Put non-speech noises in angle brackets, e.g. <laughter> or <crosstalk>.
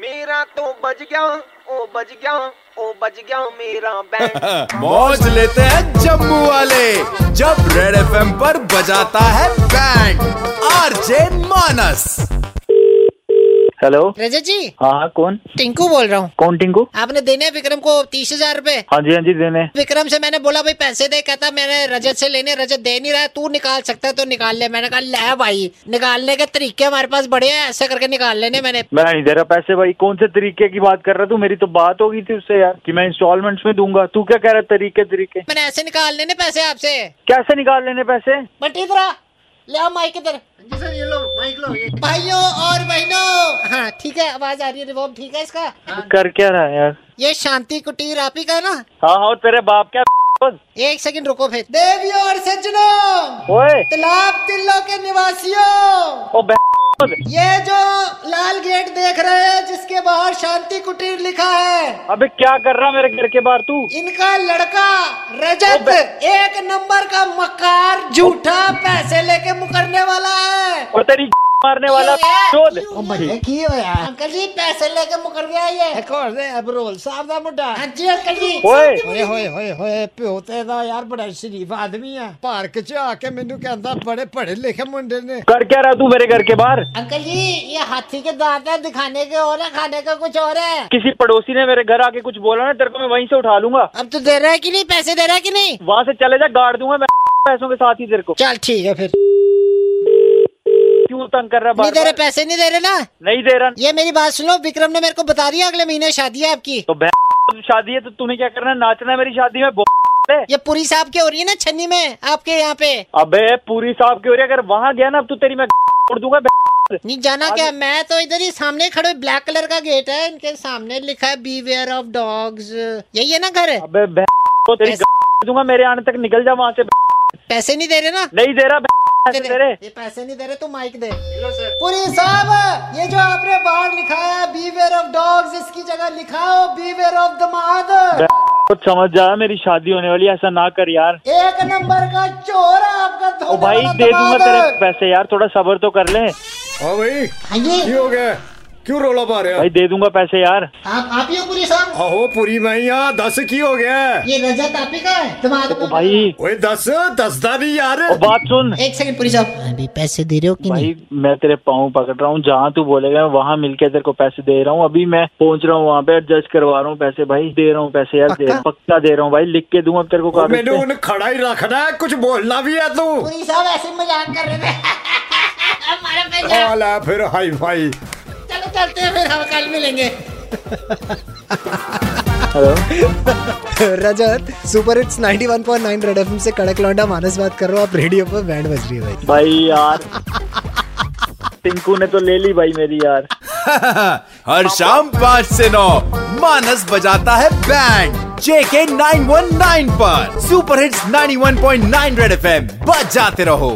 मेरा तो बज गया ओ बज गया ओ बज गया मेरा बैंड मौज लेते हैं जम्मू वाले जब रेड एफएम पर बजाता है band RJ Manas hello Rajat ji हाँ हाँ कौन टिंकू बोल रहा हूँ कौन टिंकू आपने देने हैं विक्रम को तीस हजार रूपए हाँ जी हाँ जी देने विक्रम से मैंने बोला भाई पैसे दे कहता मैंने रजत से लेने रजत दे नहीं रहा है, तू निकाल सकता है तो निकाल ले मैंने कहा ले भाई निकालने के तरीके हमारे पास बड़े हैं ऐसे करके निकाल लेने मैंने मैं नहीं दे रहा पैसे भाई कौन से तरीके की बात कर रहा तू मेरी तो बात हो गई थी उससे यार कि मैं इंस्टॉलमेंट्स में दूंगा तू क्या कह रहा है तरीके तरीके मैंने ऐसे निकाल लेने पैसे आपसे कैसे निकाल लेने पैसे बट इधर आ, ले आ माइक इधर भाइयों और बहनों हाँ ठीक है आवाज आ रही है रिवॉल्व ठीक है इसका कर क्या रहा है यार ये शांति कुटीर आप ही का है ना हाँ हाँ और तेरे बाप क्या एक सेकंड रुको फिर देवियों और सज्जनों ओए तालाब तिल्लो के निवासियों ओ बहन ये जो लाल गेट देख रहे हैं जिसके बाहर शांति कुटीर लिखा है अबे क्या कर रहा मेरे घर के बाहर तू इनका लड़का रजत एक नंबर का मकार झूठा पैसे लेके मुकरने वाला है और तेरी मारने वाला शोध ਕੀ ਹੋਇਆ ਅੰਕਲ ਜੀ ਪੈਸੇ ਲੈ ਕੇ ਮੁਕਰ ਗਿਆ ਇਹ ਕੋਰ ਦੇ ਅਬਰੋਲ ਸਾਹਿਬ ਦਾ ਮੁੰਡਾ ਹਾਂਜੀ ਅੰਕਲ ਜੀ ਓਏ ਓਏ ਹੋਏ ਹੋਏ ਹੋਏ ਪਿਓ ਤੇ ਦਾ ਯਾਰ ਬੜਾ ਸ਼ਰੀਫ ਆਦਮੀ ਆ ਪਾਰਕ 'ਚ ਆ ਕੇ ਮੈਨੂੰ ਕਹਿੰਦਾ ਬੜੇ ਪੜ੍ਹੇ ਲਿਖੇ ਮੁੰਡੇ ਨੇ कर क्या रहा तू मेरे घर के बाहर अंकल जी ये हाथी के दांत है दिखाने के और है खाने का कुछ और है किसी पड़ोसी ने मेरे घर आके कुछ बोला ना तेरे को मैं वहीं से उठा लूंगा अब तो दे रहा है कि नहीं पैसे दे रहा है कि नहीं वहाँ से चले जा गाड़ दूंगा मैं पैसों के साथ ही तेरे को चल ठीक है फिर क्यों तंग कर रहा नहीं दे रहे बार पैसे नहीं दे रहे ना नहीं दे रहा ये मेरी बात सुनो विक्रम ने मेरे को बता दिया अगले महीने शादी है आपकी तो बहन शादी है तो तूने क्या करना है? नाचना है मेरी शादी में बहुत है। ये पूरी साहब की हो रही है ना छन्नी में आपके यहाँ पे अबे पूरी साहब की हो रही है, अगर वहाँ गया ना अब तू तेरी मैं छोड़ दूंगा बहन। नहीं जाना क्या मैं तो इधर ही सामने खड़े ब्लैक कलर का गेट है इनके सामने लिखा है बीवेयर ऑफ डॉग्स यही है ना घर अबे बहन तो तेरी ऐसे- छोड़ दूंगा मेरे आने तक निकल जा वहाँ से बहन। पैसे नहीं दे रहे ना नहीं दे रहा बहन, ऐसे दे रहे ये पैसे नहीं दे रहे तो माइक दे पूरी साहब ये जो आपने बाहर लिखा है बीवेयर ऑफ डॉग्स इसकी जगह लिखाओ बीवेयर ऑफ दमाद कुछ तो समझ जा मेरी शादी होने वाली है, ऐसा ना कर यार एक नंबर का चोर है आपका ओ धोने भाई वाला दे दूंगा दमाद। तेरे पैसे यार थोड़ा सबर तो कर ले ਹਾਂ ਬਈ हाँ जी ਕੀ ਹੋ ਗਿਆ ਕਿਉਂ ਰੋਲਾ ਪਾ ਰਿਹਾ भाई दे दूंगा पैसे यार आप आप ही हो पूरी साहब ਆਹੋ ਪੂਰੀ ਮੈਂ ਆ ਦੱਸ ਕੀ ਹੋ ਗਿਆ ये रजत आप ही का है दमाद ओ भाई ਓਏ ਦੱਸ ਦੱਸਦਾ ਨਹੀਂ ਯਾर ओ बात सुन एक सेकंड पुलिस साहब अभी पैसे दे रहे हो कि नहीं भाई मैं तेरे पाँव पकड़ रहा हूँ जहाँ तू बोलेगा मैं वहाँ मिलके तेरे को पैसे दे रहा हूँ अभी मैं पहुँच रहा हूँ वहाँ पे एडजस्ट करवा रहा हूँ पैसे भाई दे रहा हूँ पैसे यार दे रहा हूँ पक्का दे रहा हूँ भाई लिख के दूंगा अब तेरे को कागज ਮੈਨੂੰ पे। ਹੁਣ खड़ा ਹੀ ਰੱਖਣਾ ਹੈ ਕੁਝ ਬੋਲਣਾ ਵੀ ਹੈ ਤੂੰ पुलिस साहब ऐसे मजाक कर रहे थे <laughs> हमारा पैसा ਆ ਲੈ ਫਿਰ ਹਾਈ ਫਾਈ चलो चलते हैं फिर हम कल मिलेंगे हेलो <laughs> रजत सुपर हिट्स 91.9 रेड एफएम से कड़क लौंडा मानस बात कर रहा हूँ आप रेडियो पर बैंड बज रही है भाई भाई यार टिंकू ने तो ले ली भाई मेरी यार हर शाम पाँच से नौ मानस बजाता है बैंड जेके 919 पर सुपर हिट्स 91.9 रेड एफएम बजाते रहो